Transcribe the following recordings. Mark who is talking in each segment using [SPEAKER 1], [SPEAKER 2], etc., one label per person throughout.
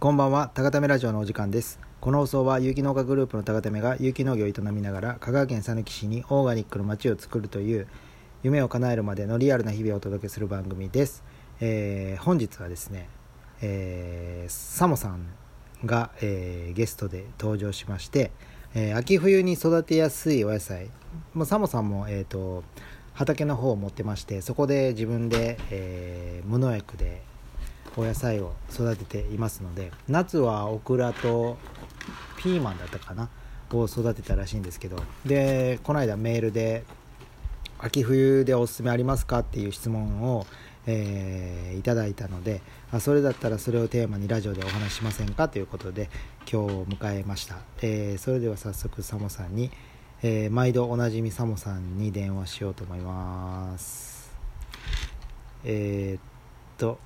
[SPEAKER 1] こんばんは、高ためラジオのお時間です。この放送は有機農家グループの高ためが有機農業を営みながら香川県讃岐市にオーガニックの街を作るという夢を叶えるまでのリアルな日々をお届けする番組です。えー本日はですね、えーサモさんが、えーゲストで登場しまして、えー秋冬に育てやすいお野菜、もうサモさんも、えー、と畑の方を持ってましてそこで自分で、えー無農薬でお野菜を育てていますので夏はオクラとピーマンだったかなを育てたらしいんですけどでこの間メールで「秋冬でおすすめありますか?」っていう質問を、えーいただいたのであそれだったらそれをテーマにラジオでお話ししませんかということで今日を迎えました、えーそれでは早速サモさんに、えー毎度おなじみサモさんに電話しようと思いますえーっと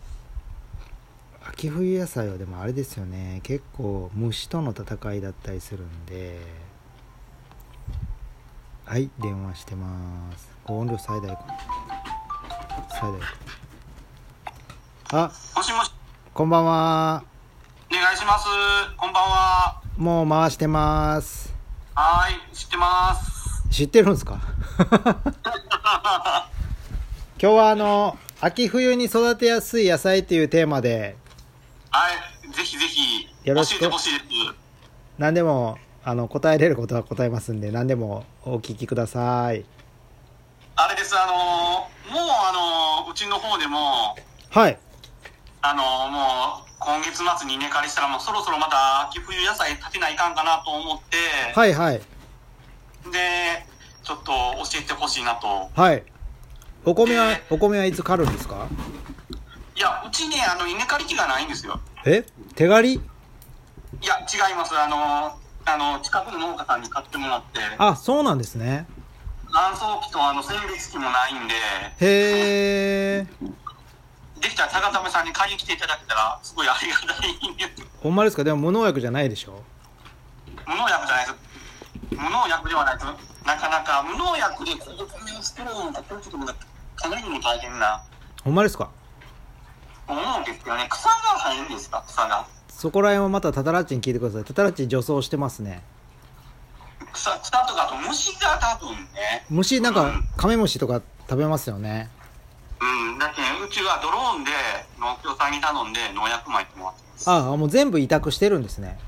[SPEAKER 1] 秋冬野菜はでもあれですよね結構虫との戦いだったりするんではい電話してますご音量最大最大あ
[SPEAKER 2] もしもし、
[SPEAKER 1] こんばんは
[SPEAKER 2] お願いします。こんばんは。
[SPEAKER 1] もう回してます
[SPEAKER 2] はーい、知ってます。
[SPEAKER 1] 知ってるんですか 今日はあの秋冬に育てやすい野菜っていうテーマで
[SPEAKER 2] はい、ぜひぜひ、
[SPEAKER 1] よろしく
[SPEAKER 2] 教えてほしいです。
[SPEAKER 1] 何でもあの答えれることは答えますんで何でもお聞きください
[SPEAKER 2] あれです、あのーもうあのーうちの方でも、
[SPEAKER 1] はい
[SPEAKER 2] あのーもう、今月末に根刈りしたら、もうそろそろまた秋冬野菜立てないかんかなと思って、
[SPEAKER 1] はいはい
[SPEAKER 2] で、ちょっと教えてほしいなと。
[SPEAKER 1] はい。お米は、お米はいつ刈るんですか
[SPEAKER 2] いや、うちね、あの、稲刈り機がないんですよ。
[SPEAKER 1] え手刈り
[SPEAKER 2] いや、違います。あのーあのー近くの農家さんに買ってもらって、
[SPEAKER 1] あ、そうなんですね。
[SPEAKER 2] 乾燥機とあの、選別機もないんで、
[SPEAKER 1] へえ。
[SPEAKER 2] できたら高田さんに買いに来ていただけたらすごいありがたいんです
[SPEAKER 1] ほんまですかでも無農薬じゃないでしょ
[SPEAKER 2] 無農薬じゃないです無農薬ではないですなかなか無農薬でこういう米を作るのがこういうことがかなりにも大変な
[SPEAKER 1] ほんまですか
[SPEAKER 2] 思うんですけどね草が生えるんですか草が
[SPEAKER 1] そこら辺はまたタタラッチに聞いてください。タタラッチ除草してますね。
[SPEAKER 2] 草草とかあと虫が多分ね
[SPEAKER 1] 虫、なんか、カメムシとか食べますよね。
[SPEAKER 2] うんだってうちはドローンで農協さんに頼んで農薬撒いてもらってます
[SPEAKER 1] あ、あもう全部委託してるんですね。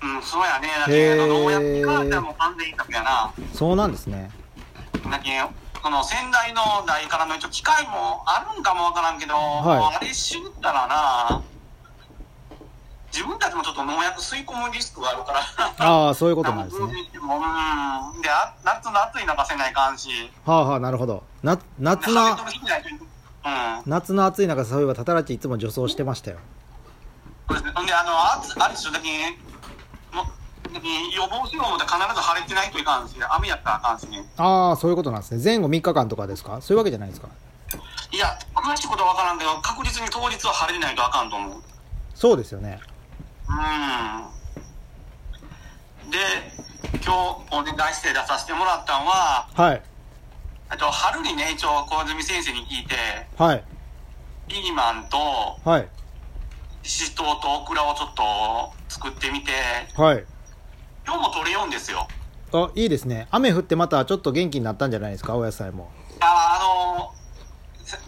[SPEAKER 2] うんそうやねだけど農薬に関して
[SPEAKER 1] へ
[SPEAKER 2] はもう完全委託やな
[SPEAKER 1] そうなんですね。
[SPEAKER 2] だけその先代の代からの一応機会もあるんかもわからんけど、
[SPEAKER 1] はい
[SPEAKER 2] あれしゅったらな自分たちもちょっと農薬吸い込むリスクがあるから
[SPEAKER 1] ああ、そういうこと
[SPEAKER 2] な
[SPEAKER 1] なんん
[SPEAKER 2] か
[SPEAKER 1] ですね。
[SPEAKER 2] もうんであ夏の暑い中せないかんし
[SPEAKER 1] はあはあ、なるほど。な、夏
[SPEAKER 2] な
[SPEAKER 1] の
[SPEAKER 2] う、ん
[SPEAKER 1] 夏の暑い中、そういえばタタラッチいつも除草してましたよ。
[SPEAKER 2] そうですねほんであの暑あれですよだけもだけ予防しよう思ったら必ず晴れてないといかんし雨やったらあかんしね
[SPEAKER 1] ああ、そういうことなんですね。前後3日間とかですかそういうわけじゃないですか
[SPEAKER 2] いや詳しいことはわからんけど確実に当日は晴れてないとあかんと思う
[SPEAKER 1] そうですよね。
[SPEAKER 2] うんで今日お願いして出させてもらったのは
[SPEAKER 1] はい。
[SPEAKER 2] えっと春にね一応小泉先生に聞いて
[SPEAKER 1] はい。
[SPEAKER 2] ピーマンと
[SPEAKER 1] はい。
[SPEAKER 2] シシトウとオクラをちょっと作ってみて
[SPEAKER 1] はい。
[SPEAKER 2] 今日も取れようんですよ
[SPEAKER 1] あ、いいですね。雨降ってまたちょっと元気になったんじゃないですかお野菜も。
[SPEAKER 2] ああの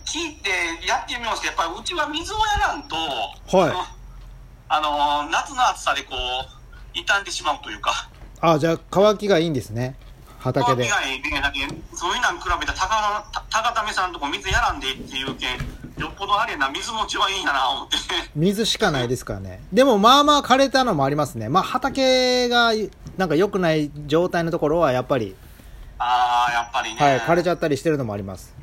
[SPEAKER 2] 聞いてやってみましたやっぱりうちは水をやらんと、あの夏の暑さでこう傷んでしまうというか
[SPEAKER 1] あ、じゃあ乾きがいいんですね。畑
[SPEAKER 2] 以
[SPEAKER 1] で。
[SPEAKER 2] 外でだけそういうのに比べたら高田高田目さんとこ水やらんでいいっていうけんよっぽどあれやな水持ちはいいんや な思って
[SPEAKER 1] 水しかないですからね。でもまあまあ枯れたのもありますね。まあ畑がなんか良くない状態のところはやっぱり、
[SPEAKER 2] ああやっぱりね、
[SPEAKER 1] はい、枯れちゃったりしてるのもあります。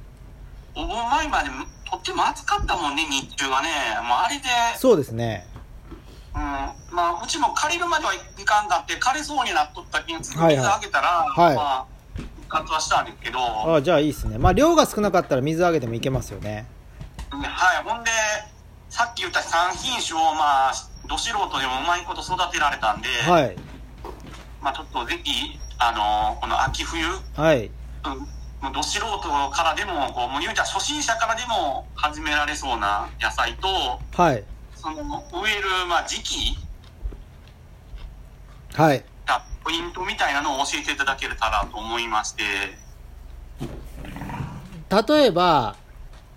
[SPEAKER 2] お盆前までとっても暑かったもんね日中がねもうあれで、
[SPEAKER 1] そうですね。
[SPEAKER 2] うんまあ、うちも借りるまではいかんかって枯れそうになっとったけん水
[SPEAKER 1] はいはい
[SPEAKER 2] あげたら、
[SPEAKER 1] はい
[SPEAKER 2] まあ復活はしたんですけどは
[SPEAKER 1] あじゃあいいですね。まあ量が少なかったら水あげてもいけますよね。
[SPEAKER 2] いほんでさっき言った3品種をまあど素人でもうまいこと育てられたんで、
[SPEAKER 1] はい。
[SPEAKER 2] まあ、ちょっとぜひ、あのーこの秋冬、うん
[SPEAKER 1] はい。
[SPEAKER 2] もうど素人からでも、こうもう言うたら初心者からでも始められそうな野菜と、
[SPEAKER 1] はい。
[SPEAKER 2] その植える、まあ、時期
[SPEAKER 1] はい
[SPEAKER 2] たポイントみたいなのを教えていただけたらと思いまして、
[SPEAKER 1] 例えば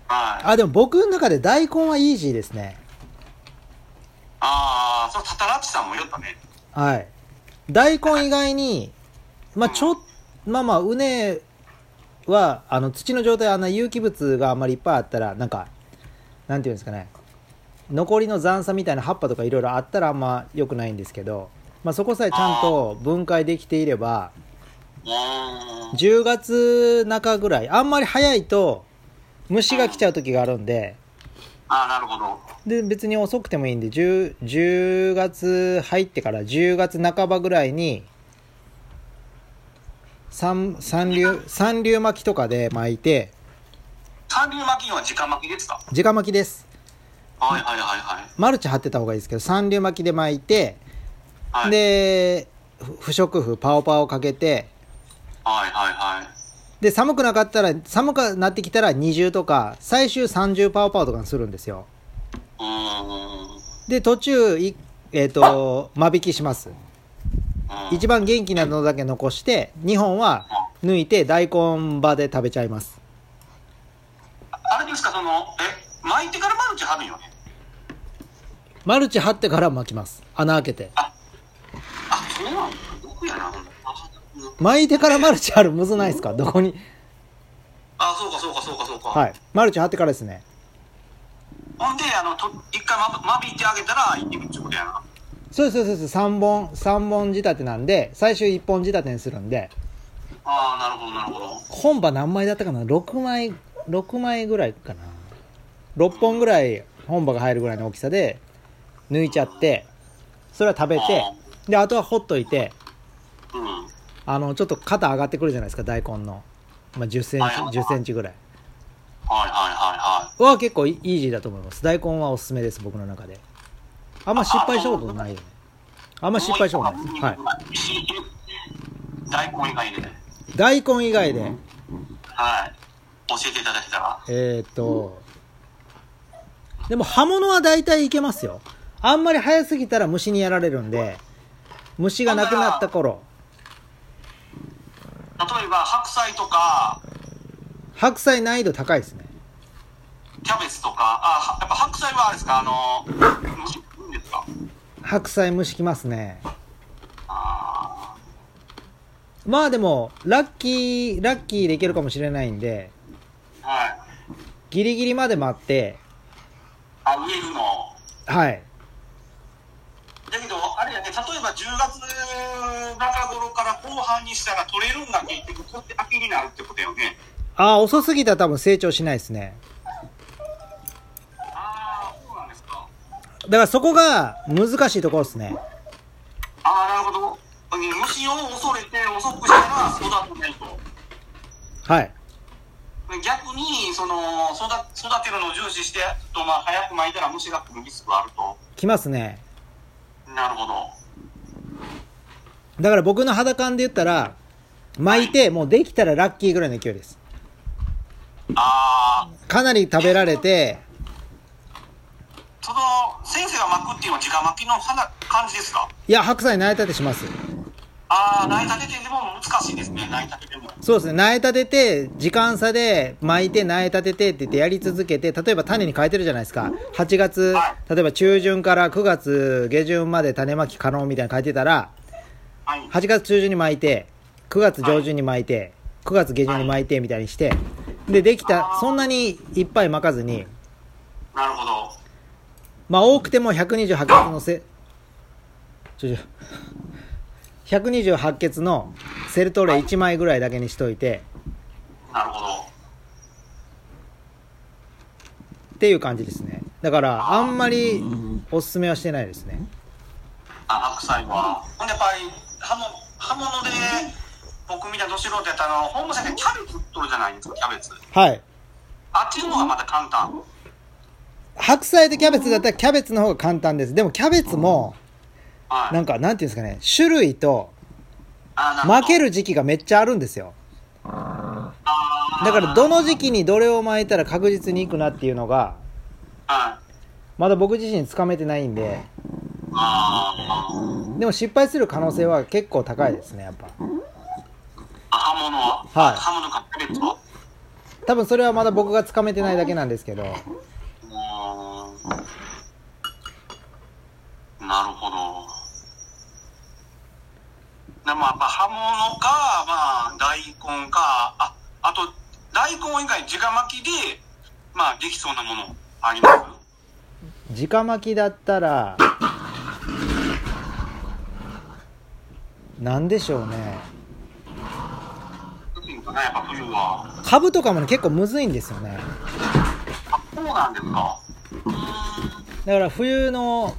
[SPEAKER 2] はい。
[SPEAKER 1] あでも僕の中で大根はイージーですね
[SPEAKER 2] ああ、そう、タタラッチさんも言ったね。
[SPEAKER 1] はい大根以外にまあちょまあまあうねはあの土の状態あんな有機物があんまりいっぱいあったらなんかなんていうんですかね残りの残さみたいな葉っぱとかいろいろあったらあんま良くないんですけど、まあ、そこさえちゃんと分解できていれば
[SPEAKER 2] おー
[SPEAKER 1] 10月中ぐらいあんまり早いと虫が来ちゃう時があるんで
[SPEAKER 2] ああ、なるほど。
[SPEAKER 1] で別に遅くてもいいんで 10, 10月入ってから10月半ばぐらいに三三流三流巻きとかで巻いて
[SPEAKER 2] 三流巻きは時間巻きですか
[SPEAKER 1] 直巻きです
[SPEAKER 2] はいはいはいはい。
[SPEAKER 1] マルチ張ってた方がいいですけど三流巻きで巻いて、
[SPEAKER 2] はい、
[SPEAKER 1] でふ不織布パオパオかけて
[SPEAKER 2] はいはいはい。
[SPEAKER 1] で寒くなかったら寒くなってきたら20とか最終30パオパオとかにするんですよ
[SPEAKER 2] うー
[SPEAKER 1] で途中いえっ、と間引きします
[SPEAKER 2] ん。うん
[SPEAKER 1] 一番元気なのだけ残して2本は抜いて大根場で食べちゃいます
[SPEAKER 2] あれですか、その、え、巻いてからマルチ張るよね。
[SPEAKER 1] マルチ張ってから巻きます穴開けて
[SPEAKER 2] あ、そうなんだ。どこやな、ほんならあ
[SPEAKER 1] 巻いてからマルチ張るむずないですかどこに
[SPEAKER 2] あ、そうかそうかそうかそうか。
[SPEAKER 1] はいマルチ張ってからですね
[SPEAKER 2] ほんで、あの、と一回ま、まびいてあげたら、いってみるってことやな。
[SPEAKER 1] そうですそうですそうです3本3本仕立てなんで最終1本仕立てにするんで
[SPEAKER 2] ああ、なるほど、なるほど。
[SPEAKER 1] 本場何枚だったかな6枚6枚ぐらいかな6本ぐらい本場が入るぐらいの大きさで抜いちゃってそれは食べてであとはほっといて
[SPEAKER 2] うん。
[SPEAKER 1] あのちょっと肩上がってくるじゃないですか大根の、まあ、1 0センチ
[SPEAKER 2] はいはいはい
[SPEAKER 1] 1 0ンチぐらい
[SPEAKER 2] はいはいはいはい。
[SPEAKER 1] は結構イイージーだと思います大根はおすすめです僕の中であんま失敗したことないよねあんま失敗したことないです、はい、
[SPEAKER 2] い。大根以外で。
[SPEAKER 1] 大根以外で
[SPEAKER 2] はい。教えていただけたら。
[SPEAKER 1] えーっとでも葉物は大体いけますよあんまり早すぎたら虫にやられるんで虫がなくなった頃
[SPEAKER 2] 例えば、白菜とか、
[SPEAKER 1] 白菜難易度高いですね
[SPEAKER 2] キャベツとか、あ、はやっぱ白菜はあれですか、あの、虫食うんですか
[SPEAKER 1] 白菜虫きますね
[SPEAKER 2] あ
[SPEAKER 1] まあでもラッキーラッキーでいけるかもしれないんで
[SPEAKER 2] ーはい。
[SPEAKER 1] ギリギリまで待って、
[SPEAKER 2] あ、植えるの。
[SPEAKER 1] はい。
[SPEAKER 2] だけど、あれやね、例えば10月中頃から後半にしたら取れるんだけど、こって秋になるってことよね。
[SPEAKER 1] ああ、遅すぎたら多分成長しないですね。
[SPEAKER 2] ああ、そうなんですか。
[SPEAKER 1] だからそこが難しいところですね。
[SPEAKER 2] ああ、なるほど。虫を恐れて遅くしたら育たないと。
[SPEAKER 1] はい。
[SPEAKER 2] 逆に、その、育育てるのを重視して、とまあ、早く巻いたら虫が来るリスクがあると。
[SPEAKER 1] きますね。
[SPEAKER 2] なるほど。
[SPEAKER 1] だから僕の肌感で言ったら、巻いて、もうできたらラッキーぐらいの勢いです。
[SPEAKER 2] ああ、
[SPEAKER 1] かなり食べられて、
[SPEAKER 2] その、先生が巻くっていうのは直巻きの花感じですか
[SPEAKER 1] いや、白菜苗立てします。
[SPEAKER 2] ああ、苗立ててでも難しいですね、苗立てても。
[SPEAKER 1] そうですね。苗立てて、時間差で巻いて苗立ててって言ってやり続けて、例えば種に変えてるじゃないですか。8月
[SPEAKER 2] は、
[SPEAKER 1] 例えば中旬から9月下旬まで種まき可能みたいなの書いてたら、
[SPEAKER 2] はい。
[SPEAKER 1] 8月中旬に巻いて9月上旬に巻いて、9月下旬に巻いてみたいにしてでできた
[SPEAKER 2] あー
[SPEAKER 1] そんなにいっぱい巻かずに
[SPEAKER 2] なるほど。
[SPEAKER 1] まあ多くても128ケツのせちょちょ128ケツのセルトレ1枚ぐらいだけにしといて
[SPEAKER 2] なるほど。
[SPEAKER 1] っていう感じですねだからあんまりおすすめはしてないですね
[SPEAKER 2] あ、白菜は。ほんでやっぱり、刃物、刃物で、僕みたいなど素人やったら、あの、本部先生キャベツ取るじゃないですか、キャベツ。
[SPEAKER 1] はい
[SPEAKER 2] あっちの方がまた簡単。
[SPEAKER 1] 白菜とキャベツだったらキャベツの方が簡単ですでもキャベツも
[SPEAKER 2] はい。
[SPEAKER 1] なんかなんていうんですかね種類と
[SPEAKER 2] あー
[SPEAKER 1] 負け。る時期がめっちゃあるんですよだからどの時期にどれを巻いたら確実にいくなっていうのが
[SPEAKER 2] なるほどは
[SPEAKER 1] まだ僕自身つかめてないんで
[SPEAKER 2] あー
[SPEAKER 1] でも失敗する可能性は結構高いですねやっぱ
[SPEAKER 2] あ刃物は、
[SPEAKER 1] はい
[SPEAKER 2] 刃物かキャベツは
[SPEAKER 1] 多分それはまだ僕がつかめてないだけなんですけど
[SPEAKER 2] あーなるほどでもやっぱ刃物か、まあ、大根かああと大根以外直巻きでまあできそうなものあります
[SPEAKER 1] 直巻きだったらなんでしょうね
[SPEAKER 2] 特にかなやっぱ冬は
[SPEAKER 1] 株とかもね結構むずいんですよね
[SPEAKER 2] あそうなんですか
[SPEAKER 1] だから冬の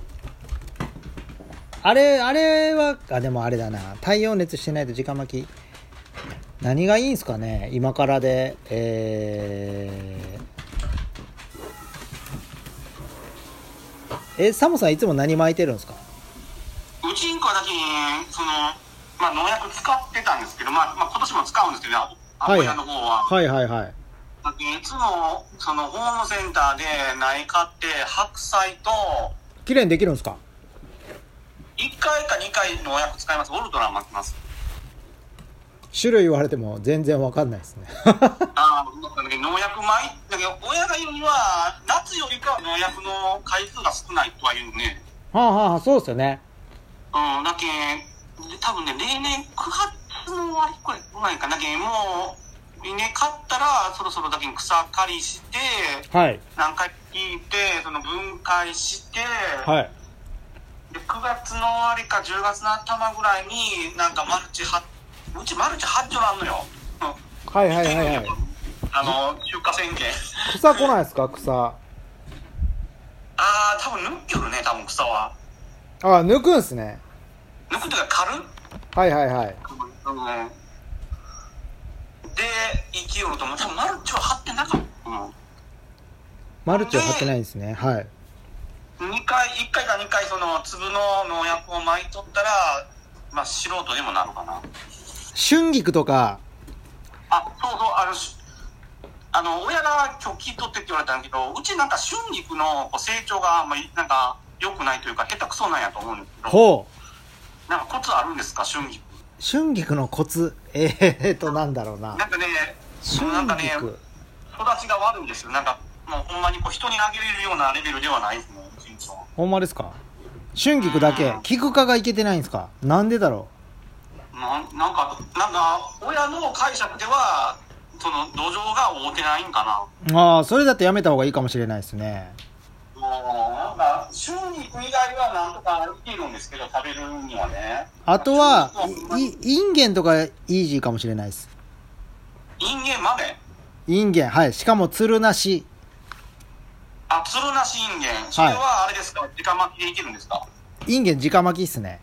[SPEAKER 1] あれあれはあでもあれだな太陽熱してないと直巻き何がいいんすかね今からでえー、えサモさんいつも何巻いてるんですか
[SPEAKER 2] うちんこは最近その、まあ、農薬使ってたんですけど、まあまあ、今年も使うんですけどあ
[SPEAKER 1] はい
[SPEAKER 2] 母親の方は、
[SPEAKER 1] はいはいはい
[SPEAKER 2] 最近いつもそのホームセンターで苗買って白菜と
[SPEAKER 1] 綺麗にできるんですか
[SPEAKER 2] 1回か2回農薬使いますオルトラ巻きます
[SPEAKER 1] 種類言われても全然わかんない ですね
[SPEAKER 2] ああだけど農薬巻いだけど親が言うには夏よりかは農薬の回数が少ないとは言うね
[SPEAKER 1] はあはあそうですよね
[SPEAKER 2] うんだけで多分ね例年9月の終わりくらいぐらいかなだけもう稲買ったらそろそろだけ草刈りして
[SPEAKER 1] はい
[SPEAKER 2] 何回聞いてその分解して、
[SPEAKER 1] はい
[SPEAKER 2] で9月の終わりか10月の頭ぐらいになんかマルチはうちマルチ8丁あんのよ、うん
[SPEAKER 1] はいはいはいはい
[SPEAKER 2] あの出荷宣言
[SPEAKER 1] 草来ないですか草あ
[SPEAKER 2] ああ多分抜きよるね多分草は
[SPEAKER 1] あ抜くんすね
[SPEAKER 2] 抜くというか刈る
[SPEAKER 1] はいはいはい
[SPEAKER 2] うんで生きよると思う多分マルチは張ってなかった、
[SPEAKER 1] マルチを張ってないんですねはい
[SPEAKER 2] うん、2回1回か2回その粒の農薬を巻いとったらまあ素人でもなるかな
[SPEAKER 1] 春菊とか
[SPEAKER 2] あそうそうあのしあの親が今日聞いとってって言われたんだけどうちなんか春菊のこう成長があんまりなんか良くないというか下手くそなんやと思うんですけど
[SPEAKER 1] ほう
[SPEAKER 2] なんかコツあるんですか春菊
[SPEAKER 1] 春菊のコツえー、となんだろうな
[SPEAKER 2] なんかねなんか
[SPEAKER 1] 春
[SPEAKER 2] ね育
[SPEAKER 1] 菊
[SPEAKER 2] ちが悪いんですよなんかもうほんまにこう人にあげれるようなレベルではないですねうちの
[SPEAKER 1] ほんまですか春菊だけ菊科がいけてないんですかなんでだろ
[SPEAKER 2] なんなんかなんか親の解釈ではその土壌が合うてないんかな
[SPEAKER 1] うああそれだってやめた方がいいかもしれないですね
[SPEAKER 2] もうなんか春菊以外はなんとかいけるんですけど食べるにはね
[SPEAKER 1] あとは
[SPEAKER 2] 春菊
[SPEAKER 1] いいインゲンとかイージーかもしれないです
[SPEAKER 2] インゲン豆
[SPEAKER 1] インゲンはいしかもつるなし
[SPEAKER 2] あ、つるなしインゲン。それはあれですか、直巻きでいけるんですか
[SPEAKER 1] インゲン直巻きっすね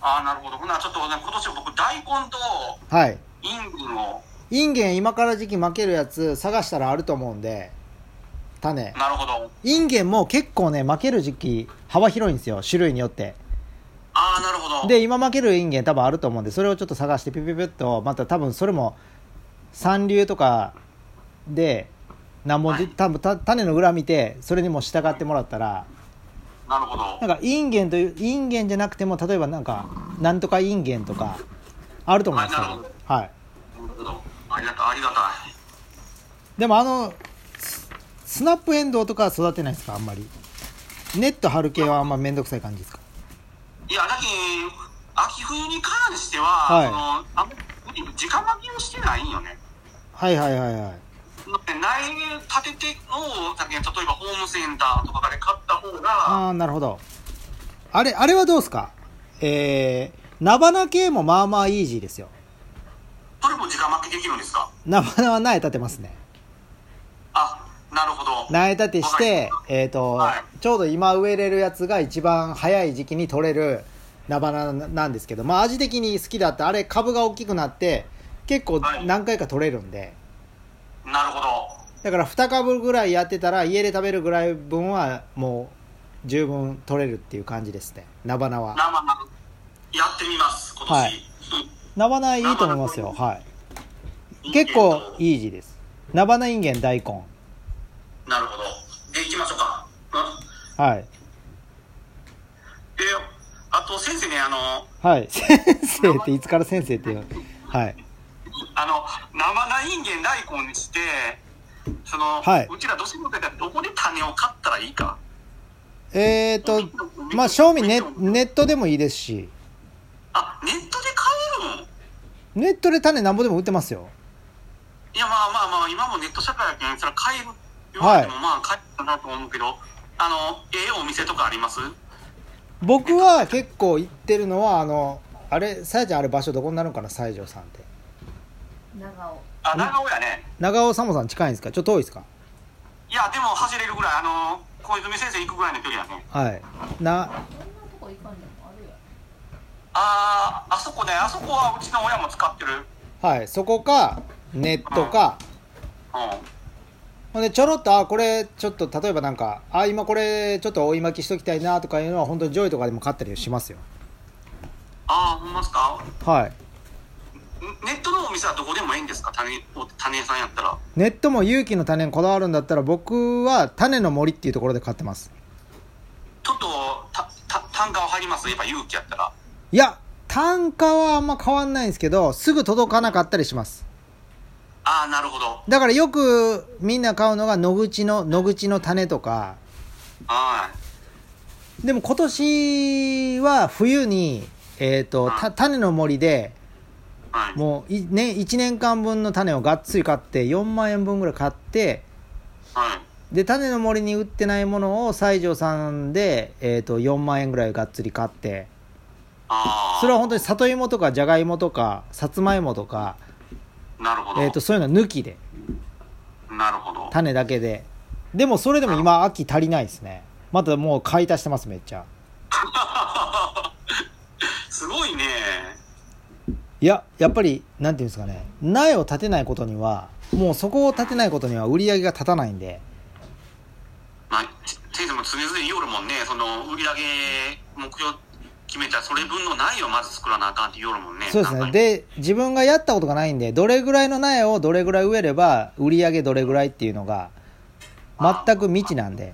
[SPEAKER 2] あーなるほど。ほな、ちょっとね、今年僕、大根と
[SPEAKER 1] はい
[SPEAKER 2] インゲンを、
[SPEAKER 1] インゲン今から時期負けるやつ探したらあると思うんで種
[SPEAKER 2] なるほど。
[SPEAKER 1] インゲンも結構ね負ける時期幅広いんですよ種類によって
[SPEAKER 2] あーなるほど。
[SPEAKER 1] で今負けるインゲン多分あると思うんでそれをちょっと探してピュピュピュっとまた多分それも三流とかで何本じ多分た種の裏見てそれにも従ってもらったら
[SPEAKER 2] なるほど。
[SPEAKER 1] なんかインゲンというインゲンじゃなくても例えばなんかなんとかインゲンとかあると思うんですよ
[SPEAKER 2] はいなるほ
[SPEAKER 1] はい
[SPEAKER 2] なるほど。ありがたい、ありがたい。
[SPEAKER 1] でもあのススナップエンドウとかは育てないですかあんまりネット張る系はあんま面倒くさい感じですか
[SPEAKER 2] いや、だけ秋冬に関しては、
[SPEAKER 1] はい
[SPEAKER 2] その、あんまり直巻きをしてないんよね。
[SPEAKER 1] はいはいはいはい
[SPEAKER 2] だって苗立ててを、だけ例えばホームセンターとかで買った方が、
[SPEAKER 1] ああなるほどあれあれはどうですかえー、菜花系もまあまあイージーですよ
[SPEAKER 2] それも直巻きできるんですか
[SPEAKER 1] 菜花は苗立てますね
[SPEAKER 2] あ、なるほど。
[SPEAKER 1] 苗立てして
[SPEAKER 2] わかりまし
[SPEAKER 1] えっ、と、
[SPEAKER 2] はい
[SPEAKER 1] ちょうど今植えれるやつが一番早い時期に取れる菜花なんですけどまあ味的に好きだったあれ株が大きくなって結構
[SPEAKER 2] はい
[SPEAKER 1] 何回か取れるんで、
[SPEAKER 2] たなるほど。
[SPEAKER 1] だから2株ぐらいやってたら家で食べるぐらい分はもう十分取れるっていう感じですね菜花は
[SPEAKER 2] 生なやってみます今年、
[SPEAKER 1] はい菜花いいと思いますよは
[SPEAKER 2] うん
[SPEAKER 1] い結構
[SPEAKER 2] いい
[SPEAKER 1] イージーです菜花インゲン大根
[SPEAKER 2] なるほどでいきましょうか、うん
[SPEAKER 1] はい。
[SPEAKER 2] で、あと先生ね、あの、
[SPEAKER 1] はい。 先生って、いつから先生って言うのはい。
[SPEAKER 2] あの生なインゲン大根にしてその、
[SPEAKER 1] はいう
[SPEAKER 2] ちらどうしてもだからどこで種を買ったらいいか
[SPEAKER 1] えーと、まあ、賞味ネネットでもいいですし、
[SPEAKER 2] あネットで買えるの
[SPEAKER 1] ネットで種なんぼでも売ってますよ。
[SPEAKER 2] いやまあまあまあ今もネット社会やけんそれは買えるよ
[SPEAKER 1] はい
[SPEAKER 2] でもまあ買えるかなと思うけどあのええお店とかあります
[SPEAKER 1] 僕は結構行ってるのは、あの、あれ、さやちゃんあれ場所どこになるんかな、西条さんって。
[SPEAKER 3] 長尾
[SPEAKER 2] あ長尾やね
[SPEAKER 1] 長尾さもさん近いんですかちょっと遠いですか
[SPEAKER 2] いやでも走れるぐらいあの小泉先生行くぐらいの距離やね
[SPEAKER 1] はい。な、
[SPEAKER 3] そんなとこ行かんでもあるやん
[SPEAKER 2] あああそこねあそこはうちの親も使ってる
[SPEAKER 1] はい。そこか、ネットか、
[SPEAKER 2] うん
[SPEAKER 1] ほんで、ちょろっと、あ、これ、ちょっと、例えばなんか、あ、今これ、ちょっと追い巻きしときたいなとかいうのは、本当にジョイとかでも買ったりしますよ。
[SPEAKER 2] ああほんまっすか
[SPEAKER 1] はい。
[SPEAKER 2] ネットのお店はどこでもいいんですか種種屋さんやったら
[SPEAKER 1] ネットも勇気の種にこだわるんだったら、僕は種の森っていうところで買ってます。
[SPEAKER 2] ちょっとたた単価を張りますやっぱ勇気やったら
[SPEAKER 1] いや、単価はあんま変わんないんですけど、すぐ届かなかったりします。
[SPEAKER 2] ああなるほど
[SPEAKER 1] だからよくみんな買うのが野口の、野口の種とか、
[SPEAKER 2] は
[SPEAKER 1] でも今年は冬に、えっ、と、た種の森で、
[SPEAKER 2] いはい
[SPEAKER 1] もうい、ね、1年間分の種をがっつり買って、4万円分ぐらい買って、
[SPEAKER 2] はい
[SPEAKER 1] で、種の森に売ってないものを西条さんで、えっ、と、4万円ぐらいがっつり買って、
[SPEAKER 2] ああ
[SPEAKER 1] それは本当に里芋とかじゃがいもとか、さつまいもとか、
[SPEAKER 2] なるほど、
[SPEAKER 1] えっ、と、そういうの抜きで。
[SPEAKER 2] なるほど
[SPEAKER 1] 種だけででもそれでも今秋足りないですねまたもう買い足してますめっちゃ
[SPEAKER 2] すごいね
[SPEAKER 1] いややっぱりなんていうんですかね苗を立てないことにはもうそこを立てないことには売り上げが立たないんで
[SPEAKER 2] まあ先生も常々言おるもんねその売り上げ目標決めたらそれ分の苗をまず作らなあかんって言おるもんね
[SPEAKER 1] そうです
[SPEAKER 2] なんか
[SPEAKER 1] ねで自分がやったことがないんでどれぐらいの苗をどれぐらい植えれば売り上げどれぐらいっていうのが全く未知なんで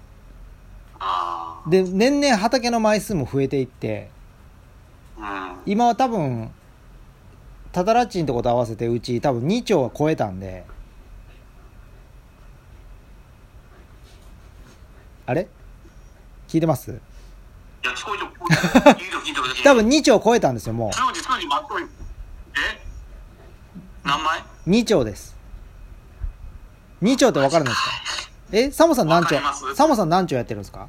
[SPEAKER 2] あ
[SPEAKER 1] で年々畑の枚数も増えていって
[SPEAKER 2] あうん
[SPEAKER 1] 今は多分タタラッチンとこと合わせてうち多分2丁は超えたんであれ聞いてます
[SPEAKER 2] いや聞こえてる聞 こえてる聞いてる聞いてる
[SPEAKER 1] 多分2丁超えたんですよも
[SPEAKER 2] 数字数字待っといてえ何枚
[SPEAKER 1] う2丁です2丁って分かるんですかえサモさん何丁
[SPEAKER 2] わかります
[SPEAKER 1] サモさん何丁やってるんですか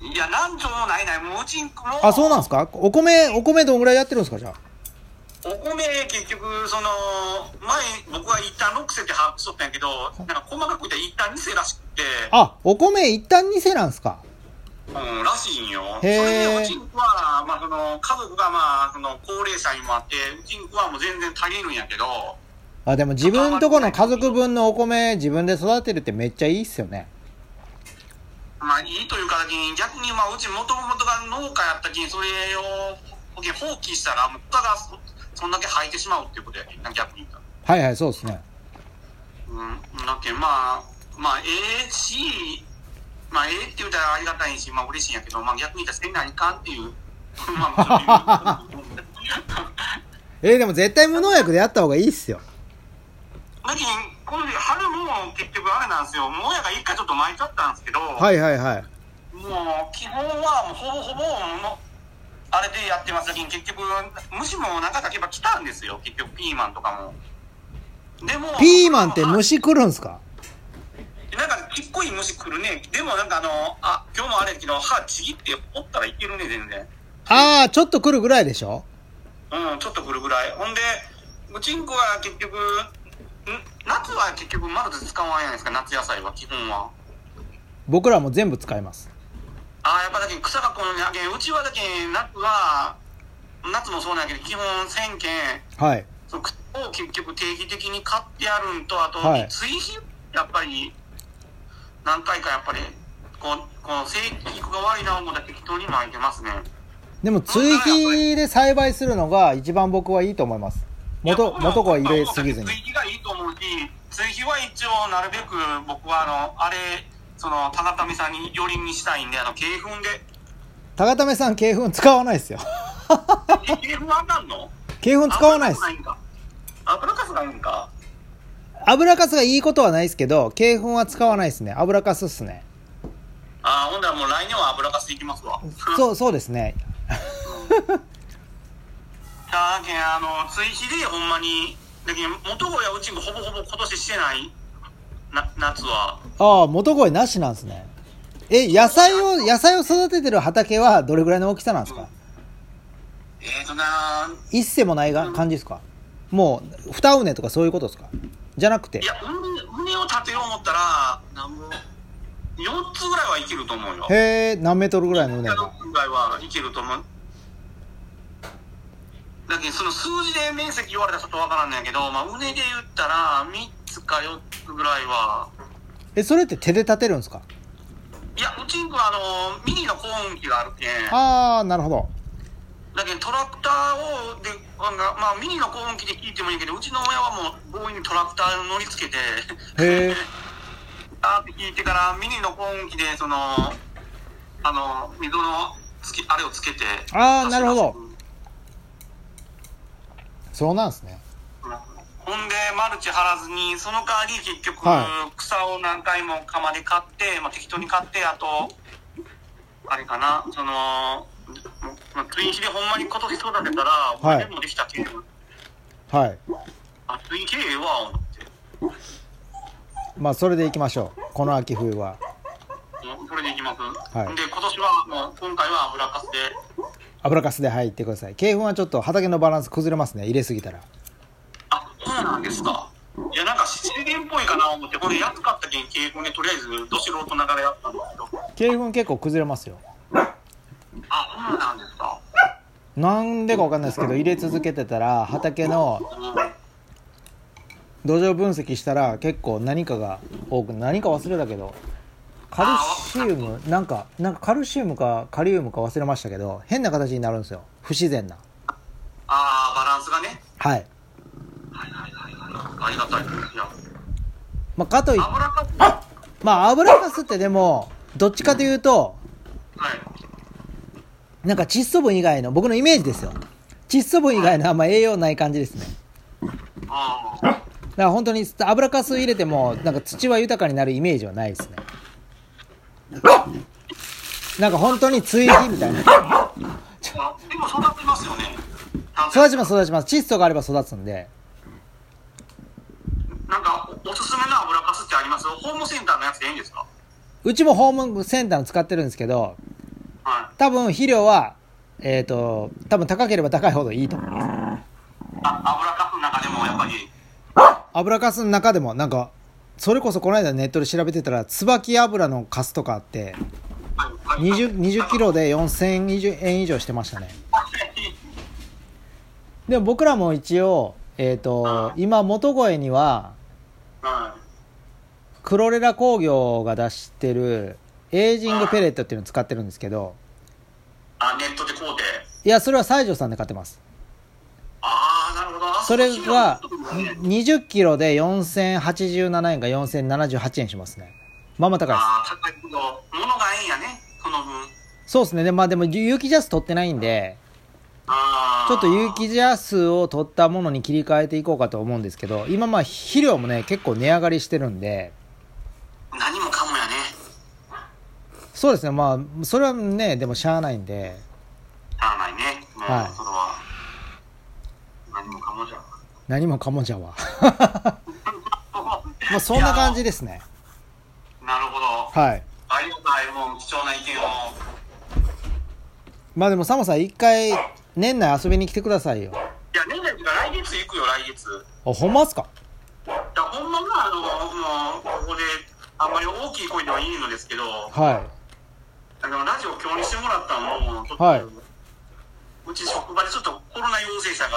[SPEAKER 2] いや、何丁もないない、もううちんくも。
[SPEAKER 1] あそうなんですかお米お米どんぐらいやってるんですかじゃあ
[SPEAKER 2] お米、結局、その、前、僕は一旦6世って把握しとったんやけど、なんか細かく言ったら一旦2世らしくて、
[SPEAKER 1] あお米一旦2世なんですか
[SPEAKER 2] うん、らしいんよ。そ
[SPEAKER 1] へー
[SPEAKER 2] れで、うちんくは、まあ、その、家族が、まあ、その、高齢者にもあって、うちんくはもう全然足りるんやけど、
[SPEAKER 1] あでも自分とこの家族分のお米自分で育てるってめっちゃいいっすよね
[SPEAKER 2] まあ、いいという形に、逆に、まあ、うちもともとが農家やったきに、それを、放棄したら、もう、他がそ、そんだけ生えてしまうっていうことやけんな、逆に言ったら。
[SPEAKER 1] はいはいそうですね
[SPEAKER 2] うん、なんけまあ、まあ、ええし、まあ、ええって言うたらありがたいし、まあ、嬉しいんやけど、まあ、逆に言ったらせんないかんっていう。 まあ、 まあ、
[SPEAKER 1] えーでも絶対無農薬でやった方がいいっすよ
[SPEAKER 2] だけどこの春も結局あれなんですよ、もうやが一回ちょっと巻いちゃったんですけど、
[SPEAKER 1] はいはいはい
[SPEAKER 2] もう基本はもうほぼほぼの、あれでやってます。だけど結局、虫もなんかだけば来たんですよ、結局、ピーマンとかも。でも、
[SPEAKER 1] ピーマンって虫来るんすか
[SPEAKER 2] なんかちっこい虫来るね。でもなんかあの、あ、今日もあれやけど、歯ちぎって折ったらいけるね、全然。
[SPEAKER 1] ああちょっと来るぐらいでしょ
[SPEAKER 2] うん、ちょっと来るぐらい。ほんで、うちんこは結局、ん夏は結局まだ使わないじゃないですか、夏野菜は、基本は。
[SPEAKER 1] 僕らも全部使います
[SPEAKER 2] ああ、やっぱだけ草がこのね、あけんうちはだけ夏は、夏もそうなんやけど、基本1000件、
[SPEAKER 1] はい
[SPEAKER 2] その草を結局定期的に買ってやるんと、あと、
[SPEAKER 1] はい
[SPEAKER 2] 追肥、やっぱり、何回かやっぱり、こう、この生育が悪いな思うたら適当に巻いてますね。
[SPEAKER 1] でも追肥で栽培するのが一番僕はいいと思います元元子は入れすぎずに
[SPEAKER 2] 追肥がいいと思うし、追肥は一応なるべく僕はあの、あれ、その高為さんに寄りにしたいんで、あの、軽粉で。
[SPEAKER 1] 高為さん鶏粉使わない ですよ
[SPEAKER 2] え、軽粉あかんの
[SPEAKER 1] 鶏粉使わないです
[SPEAKER 2] 油かすんか油かすがいいんか。
[SPEAKER 1] 油かすがいいことはないですけど鶏粉は使わないですね油かすっすね
[SPEAKER 2] ああ、ほんならもう来年は油かすいきますわ。う。
[SPEAKER 1] そうそうですね
[SPEAKER 2] だけんあの、追肥でほんまに、だけん元小屋うちんほぼほぼ今年してない、な、夏は。
[SPEAKER 1] ああ元声なしなんですねえ野菜を野菜を育ててる畑はどれぐらいの大きさなんですか
[SPEAKER 2] えーとな
[SPEAKER 1] 一世もないが感じですかもう二畝とかそういうことですかじゃなくて
[SPEAKER 2] いや、胸胸を立てよう思ったら、なんぼ、4つぐらいはいけると思うよ。
[SPEAKER 1] へえ何メートルぐらいの畝が
[SPEAKER 2] 4つぐらいはいけると思う。だけど、その数字で面積言われたらちょっとわからんねんけど、まあ、胸で言ったら、3つか4つぐらいは、
[SPEAKER 1] えそれって手で立てるんですか
[SPEAKER 2] いや、うちんこはあの、ミニの耕運機があるけん、
[SPEAKER 1] ああなるほど
[SPEAKER 2] だけどトラクターを、で、なんかまあ、ミニの耕運機で聞いてもいいけど、うちの親はもう、強引にトラクターに乗り付けて、
[SPEAKER 1] へえ
[SPEAKER 2] あーって聞いてから、ミニの耕運機で、その、あの、溝のつき、あれをつけて。
[SPEAKER 1] あーなるほどそうなんですね
[SPEAKER 2] ほんで、マルチ張らずに、その代わり結局、
[SPEAKER 1] は
[SPEAKER 2] 草を何回も釜で買って、まあ、適当に買って、あと、あれかな、その、まあ、ツインヒでほんまに今年育てたら、
[SPEAKER 1] い
[SPEAKER 2] でもできたけん、
[SPEAKER 1] はい
[SPEAKER 2] あ、ツインヒええわ、思って。
[SPEAKER 1] まあそれでいきましょうこの秋冬は
[SPEAKER 2] もうこれでいきます。
[SPEAKER 1] はい
[SPEAKER 2] で、今年は、もう今回は油かすで、
[SPEAKER 1] 油かすで入ってください鶏粉はちょっと畑のバランス崩れますね入れすぎたら
[SPEAKER 2] あ、そうなんですか。いや、なんか自然っぽいかな思って、これ安かったけん、経営ね、とりあえず、ど素人ながらやったんですけど。
[SPEAKER 1] 鶏粉結構崩れますよ
[SPEAKER 2] あ、そうなんですか。
[SPEAKER 1] なんでかわかんないですけど入れ続けてたら畑の
[SPEAKER 2] う
[SPEAKER 1] 土壌分析したら結構何かが多く何か忘れたけどカルシウムなんかなんかカルシウムかカリウムか忘れましたけど変な形になるんですよ不自然な
[SPEAKER 2] あー、バランスがね。
[SPEAKER 1] はい、
[SPEAKER 2] はいはいはいはい。ありがたいです。いや、
[SPEAKER 1] まあ、かとい
[SPEAKER 2] 油かす。は
[SPEAKER 1] まあ油かすってでもどっちかというと
[SPEAKER 2] い。
[SPEAKER 1] なんか窒素分以外の僕のイメージですよ窒素分以外のあんま栄養ない感じですね
[SPEAKER 2] あー
[SPEAKER 1] だから本当に油かす入れてもなんか土は豊かになるイメージはないですねなんか本当に追肥みたいな
[SPEAKER 2] あ。でも育ちますよね。
[SPEAKER 1] 育ちます育ちます窒素があれば育つんで
[SPEAKER 2] なんかお、おすすめの油かすってありますホームセンターのやつでいいんですか
[SPEAKER 1] うちもホームセンターの使ってるんですけど
[SPEAKER 2] は
[SPEAKER 1] 多分肥料はえっ、と多分高ければ高いほどいいと思います
[SPEAKER 2] い。あ、油かすの中でも、やっぱり。
[SPEAKER 1] 油かすの中でもなんかそれこそこの間ネットで調べてたら椿油のかすとかあって
[SPEAKER 2] はいはい
[SPEAKER 1] 20 20キロで4000円以上してましたねでも僕らも一応えっ、と今元越には
[SPEAKER 2] は
[SPEAKER 1] クロレラ工業が出してるエイジングペレットっていうのを使ってるんですけど
[SPEAKER 2] い。あ、ネットで買うて。
[SPEAKER 1] いやそれは西条さんで買ってます
[SPEAKER 2] ああ、なるほど。
[SPEAKER 1] それは
[SPEAKER 2] そういうことね
[SPEAKER 1] 20キロで4087円か4078円しますねまあまあ高いです
[SPEAKER 2] ああ、高いけど、物がええんやね、その分。
[SPEAKER 1] そうですねでまあでも有機ジャス取ってないんで
[SPEAKER 2] ああ。
[SPEAKER 1] ちょっと有機ジャスを取ったものに切り替えていこうかと思うんですけど今まあ肥料もね結構値上がりしてるんで
[SPEAKER 2] 何もかもやね。
[SPEAKER 1] そうですねまあそれはねでもしゃあないんで
[SPEAKER 2] しゃあないね。もう、
[SPEAKER 1] はい
[SPEAKER 2] それは。何もかもじゃ。
[SPEAKER 1] 何もかもじゃ はまあそんな感じですね
[SPEAKER 2] いや。なるほど。
[SPEAKER 1] はい
[SPEAKER 2] ありがたい、もう貴重な意見を。
[SPEAKER 1] まあでもサモさん一回年内遊びに来てくださいよ
[SPEAKER 2] いや、年内っていうか来月行くよ、来月。
[SPEAKER 1] あほんまっすか
[SPEAKER 2] いや、ほんまは、あの、もう、ここで、あんまり大きい声ではいいのですけど、
[SPEAKER 1] は
[SPEAKER 2] あの、ラジオ今日にしてもらったのも、ちょっと、
[SPEAKER 1] はいう
[SPEAKER 2] ち職場でちょっとコロナ陽性者が
[SPEAKER 1] い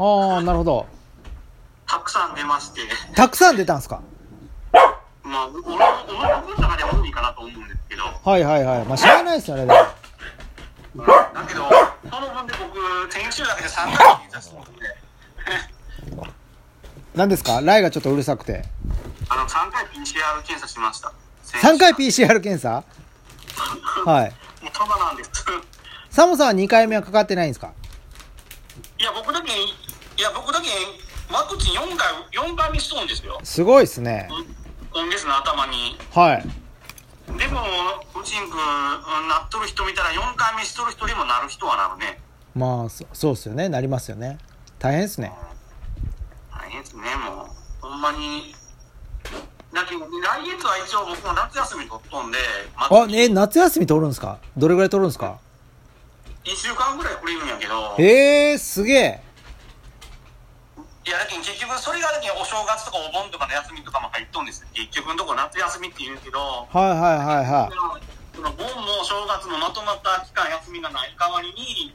[SPEAKER 1] ああなるほど
[SPEAKER 2] たくさん出まして、
[SPEAKER 1] たくさん出たんすか
[SPEAKER 2] まあ、俺も、俺の分の中では多いかなと思うんですけど、
[SPEAKER 1] はいはいはいまあしゃあないですよねでも
[SPEAKER 2] だけど、その分で僕、先週だけで3回に出してますんで、
[SPEAKER 1] 何ですかライがちょっとうるさくて
[SPEAKER 2] あの、3回 PCR 検査しました。
[SPEAKER 1] 3回 PCR 検査はい
[SPEAKER 2] もうただなんです
[SPEAKER 1] サモさんは2回目はかかってないんですか
[SPEAKER 2] いや僕だけいや僕だけワクチン4回4回見しとるんですよ
[SPEAKER 1] すごいっすね
[SPEAKER 2] 今月の頭に
[SPEAKER 1] はい
[SPEAKER 2] でもうちんくんうんなっとる人見たら4回目しとる人でもなる人はなるね
[SPEAKER 1] まあそそうっすよねなりますよね大変っすね
[SPEAKER 2] 大変ですねもうほんまにだけど来月は一応僕も夏休み取っとんで、ま
[SPEAKER 1] あえ夏休み取るんですかどれぐらい取るんですか
[SPEAKER 2] 1週間ぐらいくれるんやけど
[SPEAKER 1] えー、すげえ
[SPEAKER 2] いやだけど結局それがだけどお正月とかお盆とかの休みとかも入っとんですよ結局のとこ夏休みって言うけど
[SPEAKER 1] はいはいはいは
[SPEAKER 2] その盆も正月もまとまった期間休みがない代わりに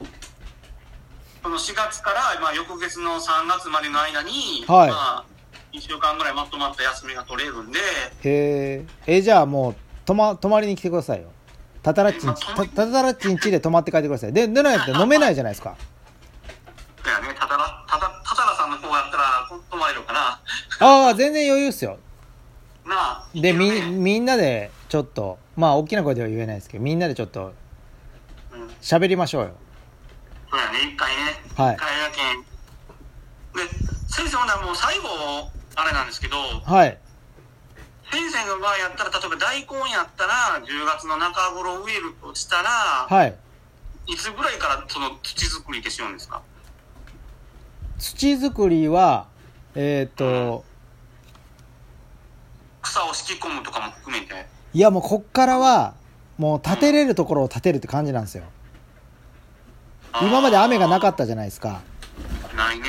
[SPEAKER 2] その4月から、まあ、翌月の3月までの間に、
[SPEAKER 1] はい
[SPEAKER 2] まあ、1週間ぐらいまとまった休みが取れるんで
[SPEAKER 1] いへええじゃあもう泊ま泊まりに来てくださいよタタラッチンチタタラッチンチで泊まって帰ってくださいででないと飲めないじゃないですか
[SPEAKER 2] だよねたたらたたたたらさんの方やったらこ泊まれるかな
[SPEAKER 1] ああ全然余裕っすよ
[SPEAKER 2] なあ
[SPEAKER 1] で
[SPEAKER 2] いける
[SPEAKER 1] み
[SPEAKER 2] ね
[SPEAKER 1] みんなでちょっとまあ大きな声では言えないですけどみんなでちょっと
[SPEAKER 2] うん
[SPEAKER 1] 喋りましょうよ
[SPEAKER 2] そうやね、一回ね。
[SPEAKER 1] はい
[SPEAKER 2] 一回だけ。で、先生ほんならもう最後、あれなんですけど、
[SPEAKER 1] はい
[SPEAKER 2] 先生の場合やったら、例えば大根やったら、10月の中頃植えるとしたら、
[SPEAKER 1] はい
[SPEAKER 2] い、つぐらいからその土作りってしようんですか
[SPEAKER 1] 土作りはえっ、と
[SPEAKER 2] 草を敷き込むとかも含めて。
[SPEAKER 1] いやもうこっからはもう建てれるところを建てるって感じなんですよ今まで雨がなかったじゃないですか
[SPEAKER 2] た。ないね。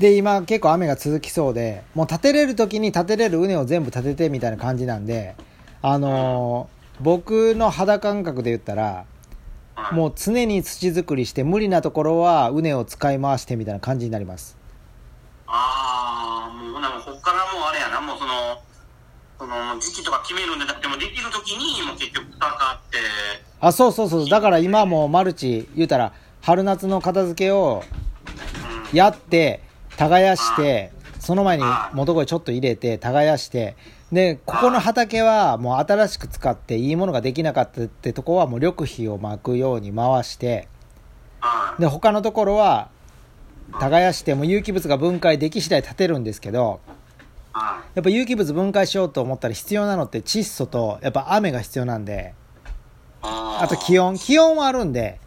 [SPEAKER 1] で今結構雨が続きそうでもう建てれる時に建てれる畝を全部建ててみたいな感じなんであのー僕の肌感覚で言ったら
[SPEAKER 2] はい
[SPEAKER 1] もう常に土作りして無理なところは畝を使い回してみたいな感じになります
[SPEAKER 2] ああ、もうほんならもうこっからもうあれやな、もうその、その時期とか決めるんじゃなくても、できるときに、もう結局草買って、
[SPEAKER 1] あそうそうそうだから今もうマルチ言うたら春夏の片付けを
[SPEAKER 2] うん。
[SPEAKER 1] やって耕してその前に元声ちょっと入れて耕してでここの畑はもう新しく使っていいものができなかったってとこはもう緑肥をまくように回して
[SPEAKER 2] はい。
[SPEAKER 1] で他のところは耕してもう有機物が分解でき次第建てるんですけど
[SPEAKER 2] はい。
[SPEAKER 1] やっぱ有機物分解しようと思ったら必要なのって窒素とやっぱ雨が必要なんで
[SPEAKER 2] あ
[SPEAKER 1] あと気
[SPEAKER 2] 温。
[SPEAKER 1] 温気温はあるんで